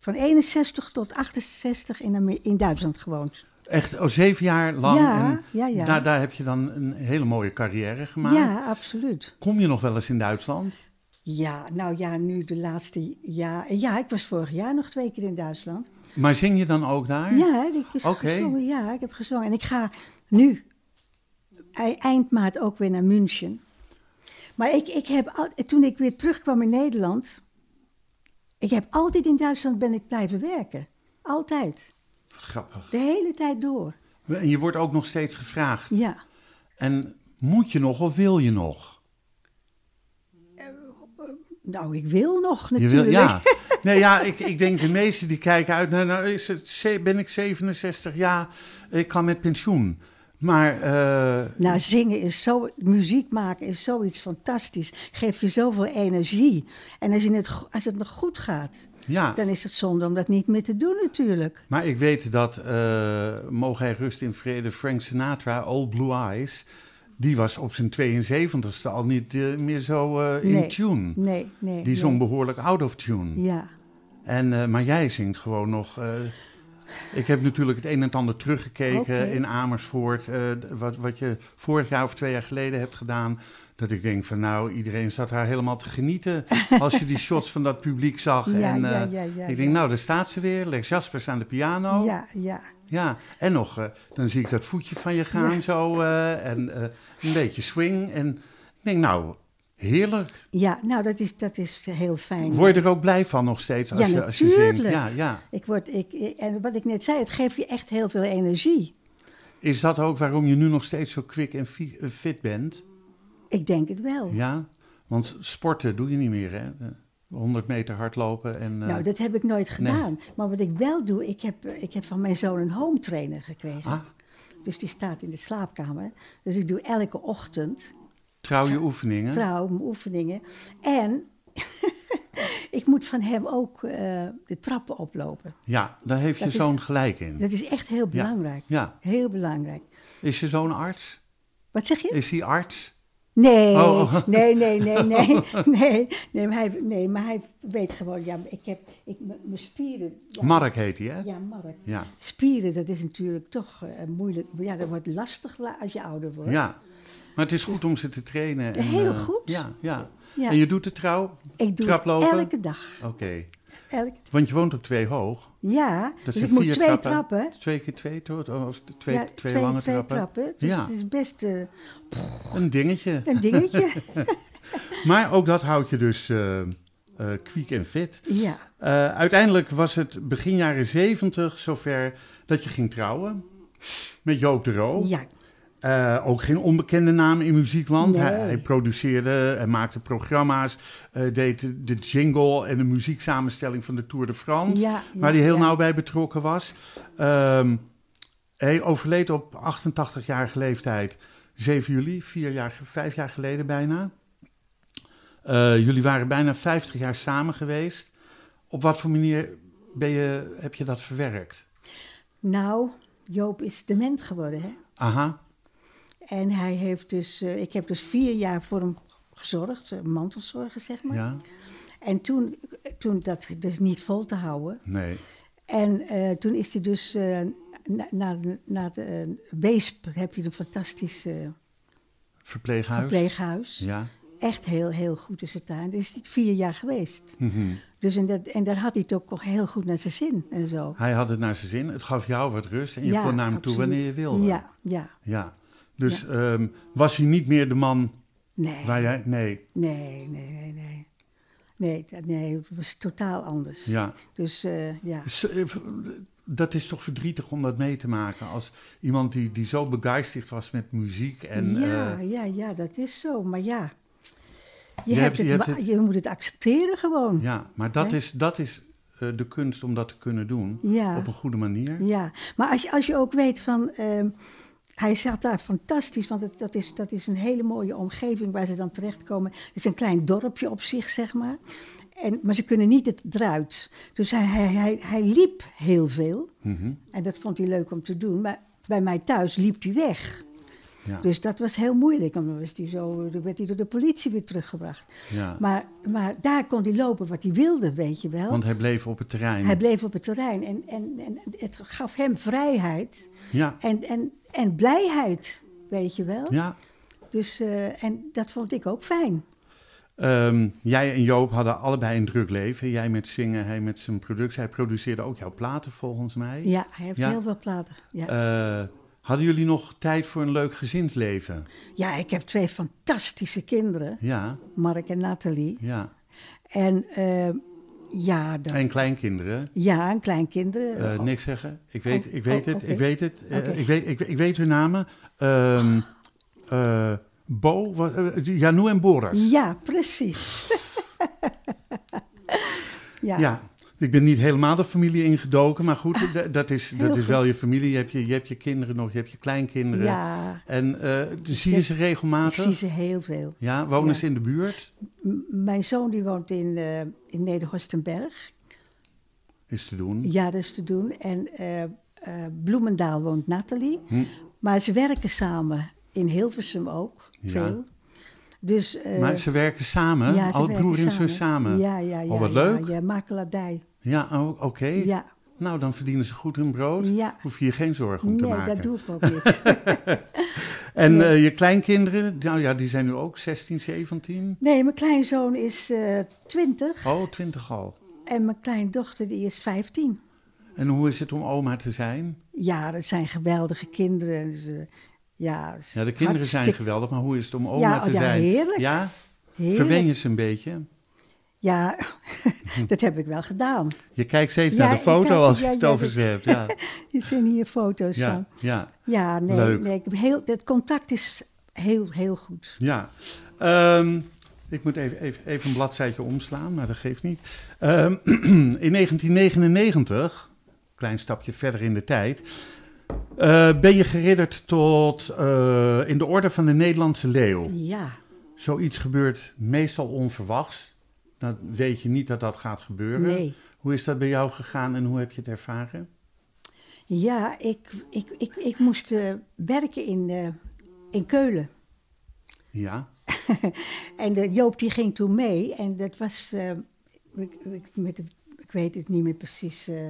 S3: van 61 tot 68 in, Amer- in Duitsland gewoond.
S2: Echt oh, zeven jaar lang.
S3: Ja,
S2: en
S3: ja, ja.
S2: Daar, daar heb je dan een hele mooie carrière gemaakt.
S3: Ja, absoluut.
S2: Kom je nog wel eens in Duitsland?
S3: Ja, nou ja, nu de laatste jaar. Eh, Ja, ik was vorig jaar nog twee keer in Duitsland.
S2: Maar zing je dan ook daar?
S3: Ja, ik heb
S2: Ah. Oké.
S3: gezongen. Ja, ik heb gezongen. En ik ga nu ei- eind maart ook weer naar München. Maar ik, ik heb al, toen ik weer terugkwam in Nederland, ik heb altijd in Duitsland ben ik blijven werken. Altijd.
S2: Wat grappig.
S3: De hele tijd door.
S2: En je wordt ook nog steeds gevraagd.
S3: Ja.
S2: En moet je nog of wil je nog?
S3: Nou, ik wil nog
S2: Je
S3: natuurlijk.
S2: wil, ja. Nee, ja, ik, ik denk de meesten die kijken uit naar, nou is het, ze- ben ik 67, ja, ik kan met pensioen. Maar eh,
S3: Nou, zingen is zo, muziek maken is zoiets fantastisch. Geeft je zoveel energie. En als, in het, go- als het nog goed gaat,
S2: ja,
S3: dan is het zonde om dat niet meer te doen natuurlijk.
S2: maar ik weet dat, eh mogen hij rust in vrede, Frank Sinatra, Old Blue Eyes, die was op zijn 72ste al niet eh, meer zo eh, in
S3: Nee.
S2: tune.
S3: Nee, nee.
S2: Die
S3: nee.
S2: zong behoorlijk out of tune.
S3: Ja,
S2: En, eh, maar jij zingt gewoon nog. eh, ik heb natuurlijk het een en het ander teruggekeken
S3: Oké.
S2: in Amersfoort. eh, d- wat, wat je vorig jaar of twee jaar geleden hebt gedaan. Dat ik denk van nou, iedereen zat haar helemaal te genieten. Als je die shots van dat publiek zag.
S3: Ja,
S2: en,
S3: ja,
S2: eh,
S3: ja, ja,
S2: ik denk
S3: ja.
S2: nou, daar staat ze weer. Lex Jaspers aan de piano.
S3: ja, ja.
S2: Ja, En nog, eh, dan zie ik dat voetje van je gaan
S3: Ja.
S2: zo. eh, en eh, een beetje swing. En ik denk nou, heerlijk.
S3: Ja, nou, dat is, dat is heel fijn.
S2: Word je er ook blij van nog steeds als,
S3: Ja,
S2: je, als je zingt.
S3: natuurlijk.
S2: Ja, ja.
S3: Ik word, ik, ik- en wat ik net zei, het geeft je echt heel veel energie.
S2: Is dat ook waarom je nu nog steeds zo kwik en fi- eh, fit bent?
S3: Ik denk het wel.
S2: Ja, want sporten doe je niet meer, hè? Eh, 100 meter hardlopen en... eh,
S3: Nou, dat heb ik nooit gedaan. Maar wat ik wel doe, ik heb, ik heb van mijn zoon een home trainer gekregen.
S2: ah,
S3: Dus die staat in de slaapkamer. Dus ik doe elke ochtend
S2: trouw je oefeningen?
S3: trouw, mijn oefeningen. En ik moet van hem ook eh, de trappen oplopen.
S2: Ja, daar heeft
S3: Dat
S2: je
S3: is-
S2: zoon gelijk in.
S3: Dat is echt heel belangrijk.
S2: Ja,
S3: Heel belangrijk.
S2: is je zoon arts?
S3: Wat zeg je?
S2: Is hij arts?
S3: Nee,
S2: Oh.
S3: nee, nee, nee, nee, nee, nee, maar hij, nee, maar hij weet gewoon, ja, ik heb, ik, m- mijn spieren, ja,
S2: Mark heet hij, hè?
S3: ja, Mark,
S2: Ja.
S3: spieren, dat is natuurlijk toch eh, moeilijk, ja, dat wordt lastig la- als je ouder wordt.
S2: ja. Maar het is goed om ze te trainen. En,
S3: Heel
S2: eh,
S3: goed.
S2: Ja, ja.
S3: Ja.
S2: En je doet de trouw?
S3: ik doe het
S2: traplopen?
S3: elke dag,
S2: Oké.
S3: elk,
S2: Want je woont op twee hoog.
S3: ja, dus
S2: zijn
S3: ik moet
S2: vier
S3: twee
S2: trappen.
S3: trappen,
S2: Twee keer twee, toch? Of twee,
S3: Ja,
S2: twee, lange trappen.
S3: Dus
S2: Ja.
S3: het is best eh,
S2: Een dingetje.
S3: een dingetje.
S2: Maar ook dat houdt je dus eh eh, kwiek en fit.
S3: ja,
S2: Eh, uiteindelijk was het begin jaren zeventig zover dat je ging trouwen met Joop de Roo.
S3: ja,
S2: Eh, ook geen onbekende naam in muziekland.
S3: Nee.
S2: Hij, hij produceerde en maakte programma's, eh, deed de- de jingle en de muzieksamenstelling van de Tour de France,
S3: ja.
S2: waar hij
S3: ja,
S2: heel
S3: ja.
S2: nauw bij betrokken was. Ehm, hij overleed op 88-jarige leeftijd, 7 juli, vier jaar, ge- vijf jaar geleden bijna. Eh, jullie waren bijna 50 jaar samen geweest. Op wat voor manier ben je, heb je dat verwerkt?
S3: Nou, Joop is dement geworden, hè.
S2: Aha,
S3: En hij heeft dus, eh, ik heb dus vier jaar voor hem gezorgd, eh, mantelzorgen zeg maar.
S2: ja,
S3: En toen, toen dat dus niet vol te houden.
S2: nee.
S3: En eh, toen is hij dus eh, na- naar de- naar de eh, Weesp, heb je een fantastisch eh,
S2: Verpleeghuis?
S3: verpleeghuis.
S2: Ja,
S3: echt heel, heel goed is het daar. En dat is niet vier jaar geweest.
S2: Mhm.
S3: Dus en, dat, en daar had hij het ook heel goed naar zijn zin en zo.
S2: Hij had het naar zijn zin, het gaf jou wat rust en je
S3: Ja,
S2: kon naar hem toe
S3: absoluut.
S2: wanneer je wilde.
S3: Ja, ja.
S2: Ja. Dus ehm, was hij niet meer de man
S3: Nee,
S2: waar jij... Nee,
S3: nee, nee, nee, nee. Nee, dat- nee, het was totaal anders.
S2: ja.
S3: Dus eh, ja.
S2: S- eh, v- Dat is toch verdrietig om dat mee te maken als iemand die, die zo begeisterd was met muziek en...
S3: ja,
S2: eh,
S3: ja, ja, dat is zo. Maar ja, je,
S2: Je
S3: hebt
S2: hebt-
S3: het,
S2: je hebt
S3: wa-
S2: het-
S3: je moet het accepteren gewoon. Ja.
S2: ja, maar dat
S3: Hè?
S2: is, dat is eh, de kunst om dat te kunnen doen
S3: Ja.
S2: op een goede manier.
S3: Maar als je, als je ook weet van... ehm, hij zat daar fantastisch, want het, dat, is, dat is een hele mooie omgeving waar ze dan terechtkomen. Het is een klein dorpje op zich, zeg maar. En, maar ze kunnen niet het eruit. Dus hij, hij, hij, hij liep heel veel.
S2: Mhm.
S3: En dat vond hij leuk om te doen. Maar bij mij thuis liep hij weg.
S2: Ja.
S3: Dus dat was heel moeilijk. want Dan was hij zo, dan werd hij door de politie weer teruggebracht.
S2: Ja.
S3: Maar, maar daar kon hij lopen wat hij wilde, weet je wel.
S2: Want hij bleef op het terrein.
S3: hij bleef op het terrein en, en, en het gaf hem vrijheid
S2: Ja,
S3: en, en, en blijheid, weet je wel.
S2: ja.
S3: Dus, eh, en dat vond ik ook fijn.
S2: Ehm, jij en Joop hadden allebei een druk leven. Jij met zingen, hij met zijn productie. Hij produceerde ook jouw platen volgens mij.
S3: Ja, hij heeft
S2: Ja.
S3: heel veel platen. Ja.
S2: Eh, hadden jullie nog tijd voor een leuk gezinsleven?
S3: ja, ik heb twee fantastische kinderen,
S2: Ja,
S3: Mark en Nathalie.
S2: ja.
S3: En eh, ja, dat,
S2: En kleinkinderen?
S3: ja, en kleinkinderen.
S2: Eh, niks zeggen. Ik weet,
S3: Oh,
S2: ik weet
S3: oh,
S2: het, ik
S3: oké.
S2: weet het. eh,
S3: Oké.
S2: ik, weet, ik, ik weet hun namen. Ehm eh, Bo, wat, eh, Janu en Boras.
S3: Ja, precies. ja. Ah,
S2: Ja, ik ben niet helemaal de familie ingedoken, maar goed, d- dat is, dat is
S3: goed.
S2: wel je familie. Je hebt je, je hebt je kinderen nog, je hebt je kleinkinderen.
S3: Ja,
S2: En eh, zie je ze
S3: ik
S2: regelmatig?
S3: zie ze heel veel.
S2: Ja, wonen
S3: Ja.
S2: ze in de buurt?
S3: M- mijn zoon die woont in, eh, in Nederhorstenberg.
S2: Is te doen.
S3: Ja, dat is te doen. En eh, eh, Bloemendaal woont Nathalie.
S2: Hm.
S3: Maar ze werken samen. In Hilversum ook,
S2: Ja.
S3: veel. Dus, eh,
S2: maar ze werken samen,
S3: ja, ze
S2: al
S3: werken
S2: broer en zus samen.
S3: Ja, ja, ja.
S2: Oh, wat
S3: ja,
S2: leuk.
S3: Ja, makelaardij.
S2: Ja, oh, oké.
S3: Ja,
S2: Nou, dan verdienen ze goed hun brood.
S3: ja.
S2: Hoef je je geen zorgen om
S3: Nee,
S2: te maken.
S3: dat doe ik ook niet.
S2: En
S3: Nee.
S2: eh, je kleinkinderen, nou ja, die zijn nu ook 16, 17.
S3: Nee, mijn kleinzoon is eh 20
S2: Oh, 20 al.
S3: en mijn kleindochter die is 15.
S2: En hoe is het om oma te zijn?
S3: Ja, dat zijn geweldige kinderen. En ze- ja, het is
S2: Ja, de kinderen zijn
S3: hartstikke
S2: geweldig, maar hoe is het om oma
S3: Ja, oh
S2: te
S3: ja,
S2: zijn?
S3: heerlijk.
S2: Ja,
S3: heerlijk.
S2: verwen je ze een beetje?
S3: Ja, dat heb ik wel gedaan.
S2: Je kijkt steeds
S3: Ja,
S2: naar de
S3: ik
S2: foto
S3: kijk-
S2: als je
S3: ja,
S2: het
S3: ja,
S2: over
S3: dat-
S2: ze hebt. Ja,
S3: Er zijn hier foto's
S2: ja,
S3: van.
S2: ja.
S3: Ja, nee,
S2: Leuk.
S3: nee ik heb heel, het contact is heel, heel goed.
S2: ja. Ehm, ik moet even, even, even een bladzijtje omslaan, maar dat geeft niet. Ehm, in 1999, klein stapje verder in de tijd, eh, ben je geridderd tot eh, in de orde van de Nederlandse leeuw.
S3: Ja,
S2: Zoiets gebeurt meestal onverwachts. Dan weet je niet dat dat gaat gebeuren.
S3: nee.
S2: Hoe is dat bij jou gegaan en hoe heb je het ervaren?
S3: Ja, ik, ik, ik, ik moest eh, werken in, eh, in Keulen.
S2: Ja,
S3: En de Joop die ging toen mee en dat was, eh, ik, ik, met de, ik weet het niet meer precies, eh,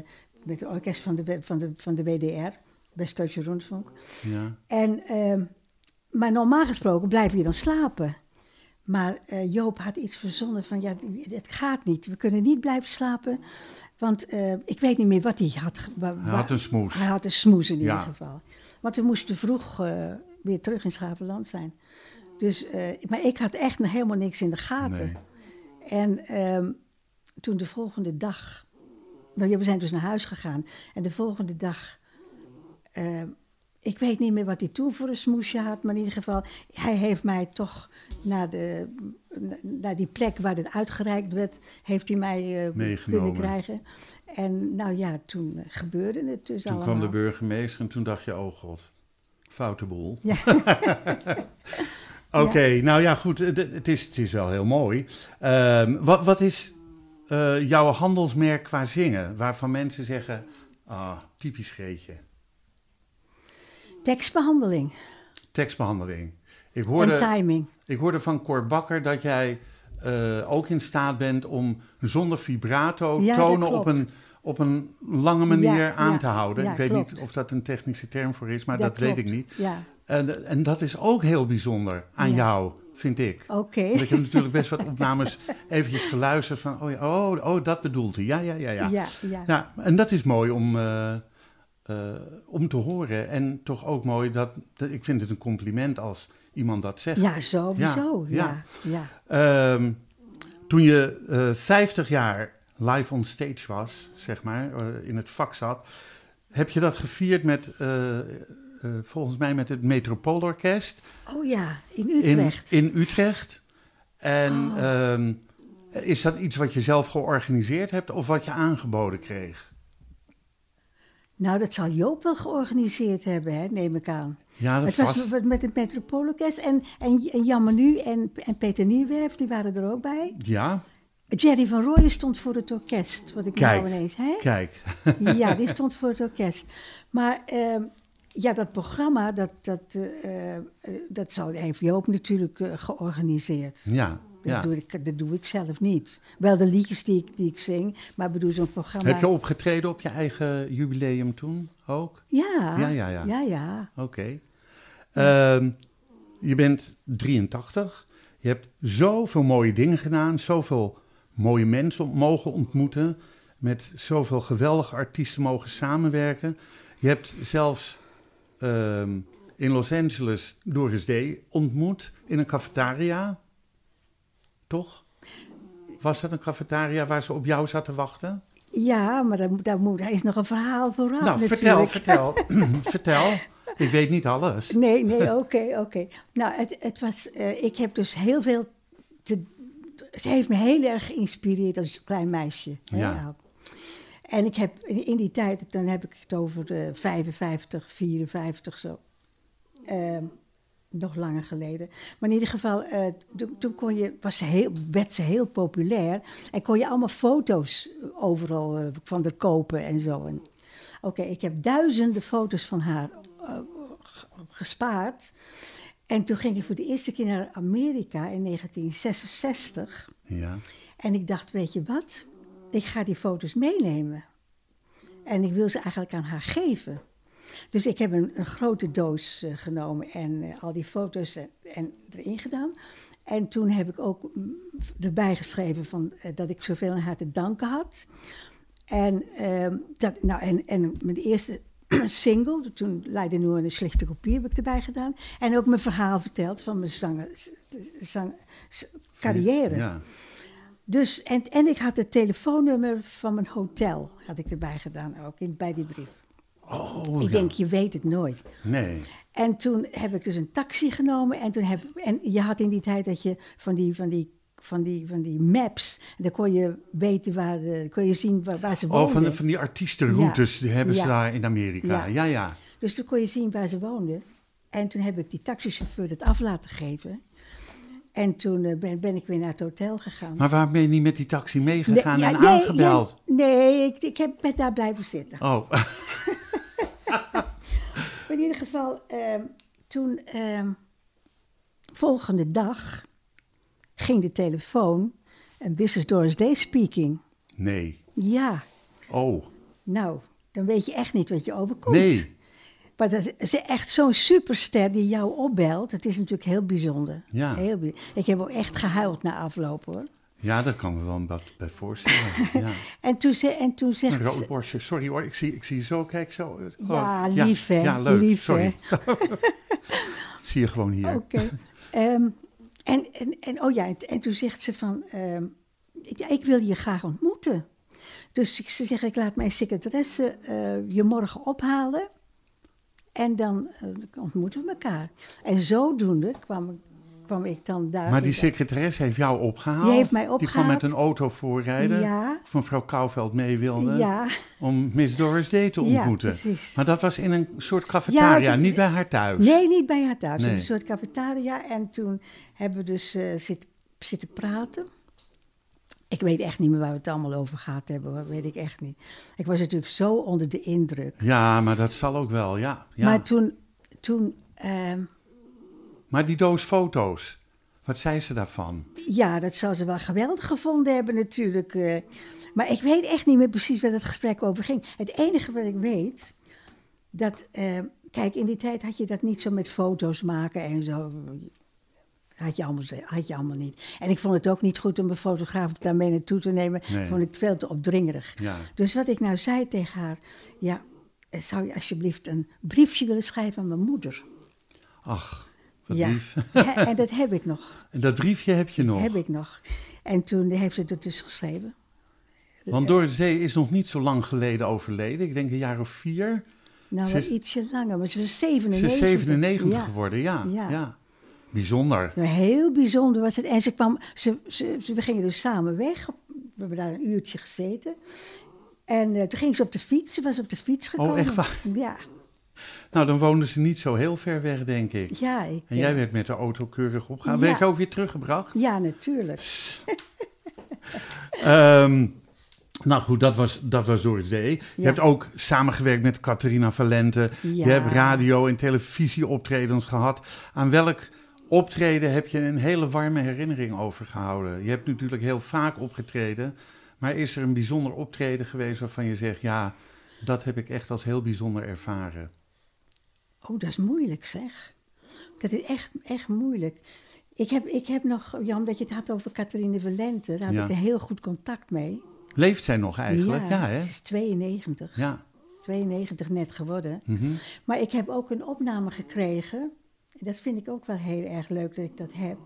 S3: met het orkest van de, W- van de, van de WDR, West Duitse Rundfunk.
S2: ja.
S3: En, ehm, maar normaal gesproken blijf je dan slapen. Maar eh, Joop had iets verzonnen van, ja, het gaat niet, we kunnen niet blijven slapen. Want eh, ik weet niet meer wat hij had. ge- wa-
S2: Hij
S3: wa-
S2: had een smoes.
S3: hij had een smoes in ieder
S2: Ja.
S3: geval. Want we moesten vroeg eh, weer terug in Schavenland zijn. Dus, eh, maar ik had echt nog helemaal niks in de gaten.
S2: Nee.
S3: En ehm, toen de volgende dag... Nou ja, we zijn dus naar huis gegaan. En de volgende dag... ehm, ik weet niet meer wat hij toen voor een smoesje had. Maar in ieder geval, hij heeft mij toch naar, de, naar die plek waar het uitgereikt werd... heeft hij mij eh,
S2: Meegenomen.
S3: kunnen krijgen. En nou ja, toen eh, gebeurde het dus
S2: Toen
S3: allemaal.
S2: kwam de burgemeester en toen dacht je, oh god, foute boel.
S3: Ja.
S2: Oké, nou ja, goed, eh, d- het is, het is wel heel mooi. Ehm, wat, wat is eh, jouw handelsmerk qua zingen, waarvan mensen zeggen, ah, typisch Greetje,
S3: Tekstbehandeling
S2: tekstbehandeling. Ik
S3: en
S2: hoorde, Ah,
S3: timing.
S2: ik hoorde van Cor Bakker dat jij eh, ook in staat bent om zonder vibrato
S3: Ja, dat
S2: tonen op
S3: klopt.
S2: een, op een lange manier
S3: Ja,
S2: aan
S3: ja,
S2: te houden.
S3: ja,
S2: ik weet
S3: klopt.
S2: niet of dat een technische term voor is, maar dat,
S3: klopt.
S2: weet ik niet.
S3: Ja,
S2: En, en dat is ook heel bijzonder aan
S3: Ja. Oh.
S2: jou, vind ik.
S3: Oké.
S2: Want ik heb natuurlijk best wat opnames eventjes geluisterd van, oh, ja, oh, oh dat bedoelt hij. Ja, ja, ja, ja. Nou,
S3: Ja,
S2: ja.
S3: ja.
S2: en dat is mooi om, eh, eh, om te horen. En toch ook mooi dat, dat- ik vind het een compliment als iemand dat zegt.
S3: Ja, sowieso.
S2: Ja, ja.
S3: Ja, ja.
S2: Ehm, toen je eh, 50 jaar live on stage was, zeg maar, eh, in het vak zat, heb je dat gevierd met, eh, eh, volgens mij met het Metropoolorkest
S3: Oh ja, in
S2: in,
S3: Utrecht.
S2: in Utrecht. En
S3: Oh.
S2: ehm, is dat iets wat je zelf georganiseerd hebt of wat je aangeboden kreeg?
S3: Nou, dat zal Joop wel georganiseerd hebben, hè, neem ik aan.
S2: Ja, dat
S3: het
S2: was.
S3: was met- met het Metropoolorkest en, en, en Jan Menu en, en Peter Nierwerf, die waren er ook bij.
S2: Ja,
S3: Jerry van Rooyen stond voor het orkest, wat ik
S2: Kijk,
S3: nou ineens... Hè?
S2: kijk.
S3: Ja, die stond voor het orkest. Maar ehm, ja, dat programma, dat, dat, eh, eh, dat zou heeft Joop natuurlijk eh, georganiseerd.
S2: Ja, ja.
S3: Dat, doe ik, dat doe ik zelf niet. Wel de liedjes die ik, die ik zing, maar ik bedoel zo'n programma...
S2: Heb je opgetreden op je eigen jubileum toen ook?
S3: Ja,
S2: Ja, ja, ja.
S3: ja, ja.
S2: Oké. Ehm, je bent 83. Je hebt zoveel mooie dingen gedaan. Zoveel mooie mensen ont- mogen ontmoeten. Met zoveel geweldige artiesten mogen samenwerken. Je hebt zelfs ehm, in Los Angeles Doris Day ontmoet. In een cafetaria. Toch? Was dat een cafetaria waar ze op jou zat te wachten?
S3: Ja, maar daar, moet- daar, moet, daar is nog een verhaal vooraf
S2: nou,
S3: natuurlijk.
S2: vertel, vertel. vertel. Ik weet niet alles.
S3: Nee, nee, oké, oké. Nou, het, het was, eh, ik heb dus heel veel te, ze heeft me heel erg geïnspireerd als klein meisje. hè,
S2: Ja.
S3: ook. En ik heb in in die tijd, dan heb ik het over de 55, 54 zo. Ehm, nog langer geleden. Maar in ieder geval, eh, toen, toen kon je, was ze heel, werd ze heel populair. En kon je allemaal foto's overal eh, van haar kopen en zo. En, Oké, ik heb duizenden foto's van haar eh, g- gespaard. En toen ging ik voor de eerste keer naar Amerika in 1966.
S2: Ja.
S3: En ik dacht, weet je wat? Ik ga die foto's meenemen. En ik wil ze eigenlijk aan haar geven. Dus ik heb een, een grote doos eh, genomen en eh, al die foto's en, en erin gedaan. En toen heb ik ook mm, erbij geschreven van, eh, dat ik zoveel aan haar te danken had. En, ehm, dat, nou, en, en mijn eerste single, toen Leiden Noor en een slechte kopie, heb ik erbij gedaan. En ook mijn verhaal verteld van mijn zanger, zang, carrière.
S2: Ja.
S3: Dus, en, en ik had het telefoonnummer van mijn hotel had ik erbij gedaan ook, in, bij die brief.
S2: Oh,
S3: ik
S2: ja.
S3: denk, je weet het nooit.
S2: Nee.
S3: En toen heb ik dus een taxi genomen. En, toen heb, en je had in die tijd dat je van die, van die, van die, van die maps... En dan kon je weten waar, de, kon je zien waar, waar ze woonden.
S2: Oh, van, de- van die artiestenroutes die hebben ze
S3: Ja.
S2: daar in Amerika. Ja,
S3: Ja.
S2: ja.
S3: Dus toen kon je zien waar ze woonden. En toen heb ik die taxichauffeur dat af laten geven. En toen eh, ben, ben ik weer naar het hotel gegaan.
S2: Maar waarom ben je niet met die taxi meegegaan
S3: Nee,
S2: en
S3: ja, nee,
S2: aangebeld?
S3: Nee, nee, ik, ik heb met daar blijven zitten.
S2: Oh,
S3: Maar in ieder geval, ehm, toen ehm, volgende dag ging de telefoon. En this is Doris Day speaking.
S2: nee.
S3: Ja,
S2: Oh,
S3: nou, dan weet je echt niet wat je overkomt.
S2: nee.
S3: Maar dat is echt zo'n superster die jou opbelt. Dat is natuurlijk heel bijzonder.
S2: Ja.
S3: Heel bij- Ik heb ook echt gehuild na afloop hoor.
S2: Ja, daar kan me wel wat bij voorstellen. Ja.
S3: En toen, ze, en toen
S2: Een
S3: zegt
S2: rood
S3: ze...
S2: borstje. Sorry hoor, ik zie, ik zie zo, kijk zo. Oh,
S3: Ja, lief hè.
S2: Ja, leuk.
S3: Lief, hè.
S2: Sorry. zie je gewoon hier.
S3: Oké. Ehm, en, en, en, oh ja, en, en toen zegt ze van, ehm, ik, ja, ik wil je graag ontmoeten. Dus ik- ze zegt, ik laat mijn secretaresse eh, je morgen ophalen. En dan eh, ontmoeten we elkaar. En zodoende kwam, kwam ik dan daar.
S2: Maar
S3: in
S2: die
S3: dat-
S2: secretaresse heeft jou opgehaald.
S3: Die heeft mij
S2: Die kwam
S3: opgehaald.
S2: met een auto voorrijden.
S3: Ja.
S2: Of mevrouw Kouwveld mee wilde.
S3: Ja,
S2: Om Miss Doris Day te
S3: Ja,
S2: ontmoeten.
S3: precies.
S2: Maar dat was in een soort cafetaria,
S3: toen-
S2: niet bij haar thuis.
S3: nee, niet bij haar thuis.
S2: Nee.
S3: Een soort cafetaria. En toen hebben we dus eh, zit, zitten praten. Ik weet echt niet meer waar we het allemaal over gehad hebben, hoor. weet ik echt niet. Ik was natuurlijk zo onder de indruk.
S2: Ja, maar dat zal ook wel, ja. ja. Maar,
S3: Maar toen, toen ehm,
S2: die doos foto's, wat zei ze daarvan?
S3: ja, dat zou ze wel geweldig gevonden hebben natuurlijk. eh. maar ik weet echt niet meer precies waar dat gesprek over ging. Het enige wat ik weet, dat ehm, Kijk, in die tijd had je dat niet zo met foto's maken en zo. Had je, allemaal, ze- had je allemaal niet. En ik vond het ook niet goed om een fotograaf daarmee naartoe te nemen.
S2: Nee.
S3: Vond ik veel te opdringerig.
S2: Ja.
S3: Dus wat ik nou zei tegen haar. Ja, eh, zou je alsjeblieft een briefje willen schrijven aan mijn moeder?
S2: Ach, wat
S3: ja.
S2: lief.
S3: Ja, en dat heb ik nog.
S2: En dat briefje heb je nog.
S3: Heb ik nog. En toen heeft ze het dus geschreven.
S2: Want Dorothee is nog niet zo lang geleden overleden. Ik denk een jaar of vier.
S3: Nou,
S2: Ze
S3: wel
S2: is-
S3: ietsje langer, maar ze is
S2: Ze
S3: 97.
S2: is 97
S3: Ja.
S2: geworden, ja. ja.
S3: Ja.
S2: Bijzonder.
S3: Nou, Heel bijzonder was het. En ze kwam, ze, ze, ze- we gingen dus samen weg. We hebben daar een uurtje gezeten. En eh, toen ging ze op de fiets. Ze was op de fiets gekomen.
S2: Oh, echt waar?
S3: Ja,
S2: Nou, dan woonden ze niet zo heel ver weg, denk ik.
S3: ja. Ik,
S2: En
S3: eh,
S2: jij werd met de auto keurig opgehaald.
S3: Ja.
S2: Werd je ook weer teruggebracht?
S3: Ja, natuurlijk.
S2: Ehm, nou goed, dat was, dat was Doris D. Je
S3: Ja.
S2: hebt ook samengewerkt met Catharina Valente. Je
S3: Ja.
S2: hebt radio- en televisieoptredens gehad. Aan welk optreden heb je een hele warme herinnering overgehouden? Je hebt natuurlijk heel vaak opgetreden. Maar is er een bijzonder optreden geweest waarvan je zegt... ja, dat heb ik echt als heel bijzonder ervaren?
S3: Oh, dat is moeilijk zeg. Dat is echt, echt moeilijk. Ik heb, ik heb nog, ja, omdat je het had over Catharine Valente, daar had
S2: Ja.
S3: ik een heel goed contact mee.
S2: Leeft zij nog eigenlijk? Ja, hè?
S3: Ze is 92.
S2: Ja.
S3: 92 net geworden.
S2: Mhm.
S3: Maar ik heb ook een opname gekregen. Dat vind ik ook wel heel erg leuk dat ik dat heb.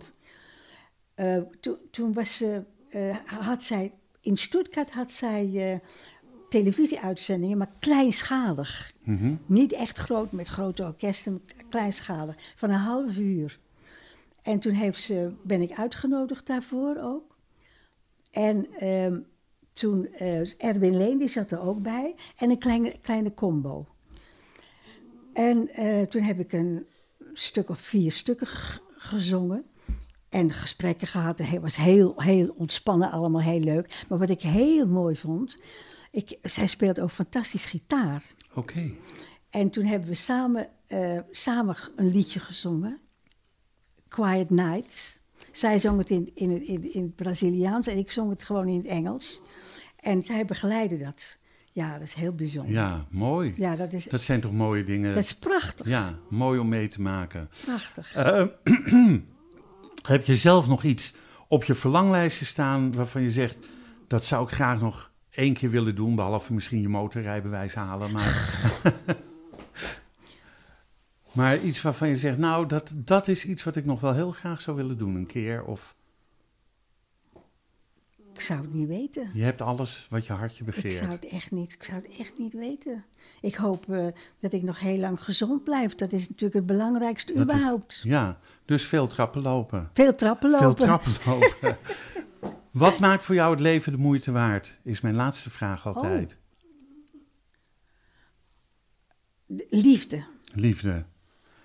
S3: Eh, to- toen was ze, eh, had zij, in Stuttgart had zij eh, televisieuitzendingen, maar kleinschalig. Niet echt groot met grote orkesten, maar kleinschalig. Van een half uur. En toen heeft ze, ben ik uitgenodigd daarvoor ook. En ehm, toen, eh, Erwin Leen die zat er ook bij. En een kleine, kleine combo. En eh, toen heb ik een stuk of vier stukken g- gezongen. En gesprekken gehad. Het was heel, heel ontspannen, allemaal heel leuk. Maar wat ik heel mooi vond. Ik, zij speelt ook fantastisch gitaar.
S2: Oké.
S3: En toen hebben we samen, eh, samen g- een liedje gezongen. Quiet Nights. Zij zong het in, in, het- in, in het Braziliaans en ik zong het gewoon in het Engels. En zij begeleidde dat. Ja, dat is heel bijzonder. Ja,
S2: Ja, mooi.
S3: dat, is, dat,
S2: Dat zijn toch mooie dingen?
S3: is prachtig.
S2: Ja, mooi om mee te maken.
S3: Prachtig.
S2: Eh, heb je zelf nog iets op je verlanglijstje staan waarvan je zegt... dat zou ik graag nog één keer willen doen... behalve misschien je motorrijbewijs halen, maar... maar iets waarvan je zegt, nou, dat, dat is iets wat ik nog wel heel graag zou willen doen een keer. Of
S3: Ik zou het niet weten.
S2: je hebt alles wat je hartje
S3: Ik zou
S2: begeert.
S3: het echt niet, ik zou het echt niet weten. Ik hoop eh, dat ik nog heel lang gezond blijf. Dat is natuurlijk het belangrijkste
S2: Dat is-
S3: überhaupt.
S2: ja, dus veel trappen lopen.
S3: Veel trappen lopen.
S2: Veel trappen lopen. Wat maakt voor jou het leven de moeite waard? Is mijn laatste vraag
S3: Oh.
S2: altijd.
S3: Liefde.
S2: Liefde.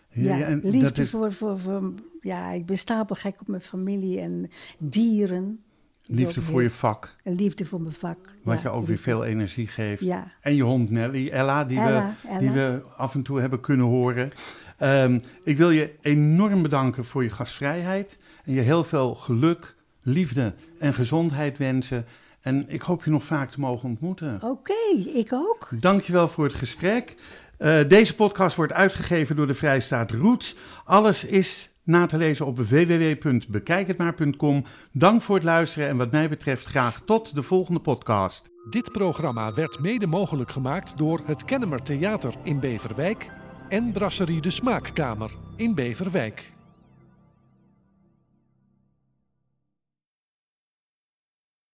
S3: Ja,
S2: en
S3: liefde
S2: dat is
S3: voor, voor, voor... Ja, ik ben stapelgek op mijn familie en dieren. Ik
S2: liefde
S3: ook
S2: voor je
S3: heel-
S2: vak,
S3: en Liefde voor mijn vak.
S2: wat
S3: ja,
S2: je ook weer
S3: liefde.
S2: veel energie geeft.
S3: Ja.
S2: En je hond Nelly, Ella, die,
S3: Ella,
S2: we,
S3: Ella.
S2: die we af en toe hebben kunnen horen. Ehm, ik wil je enorm bedanken voor je gastvrijheid. En je heel veel geluk, liefde en gezondheid wensen. En ik hoop je nog vaak te mogen ontmoeten.
S3: Oké, ik ook.
S2: Dankjewel voor het gesprek. Eh, deze podcast wordt uitgegeven door de Vrijstaat Roots. Alles is na te lezen op www.bekijkhetmaar.com. Dank voor het luisteren en wat mij betreft graag tot de volgende podcast.
S1: Dit programma werd mede mogelijk gemaakt door het Kennemer Theater in Beverwijk en Brasserie de Smaakkamer in Beverwijk.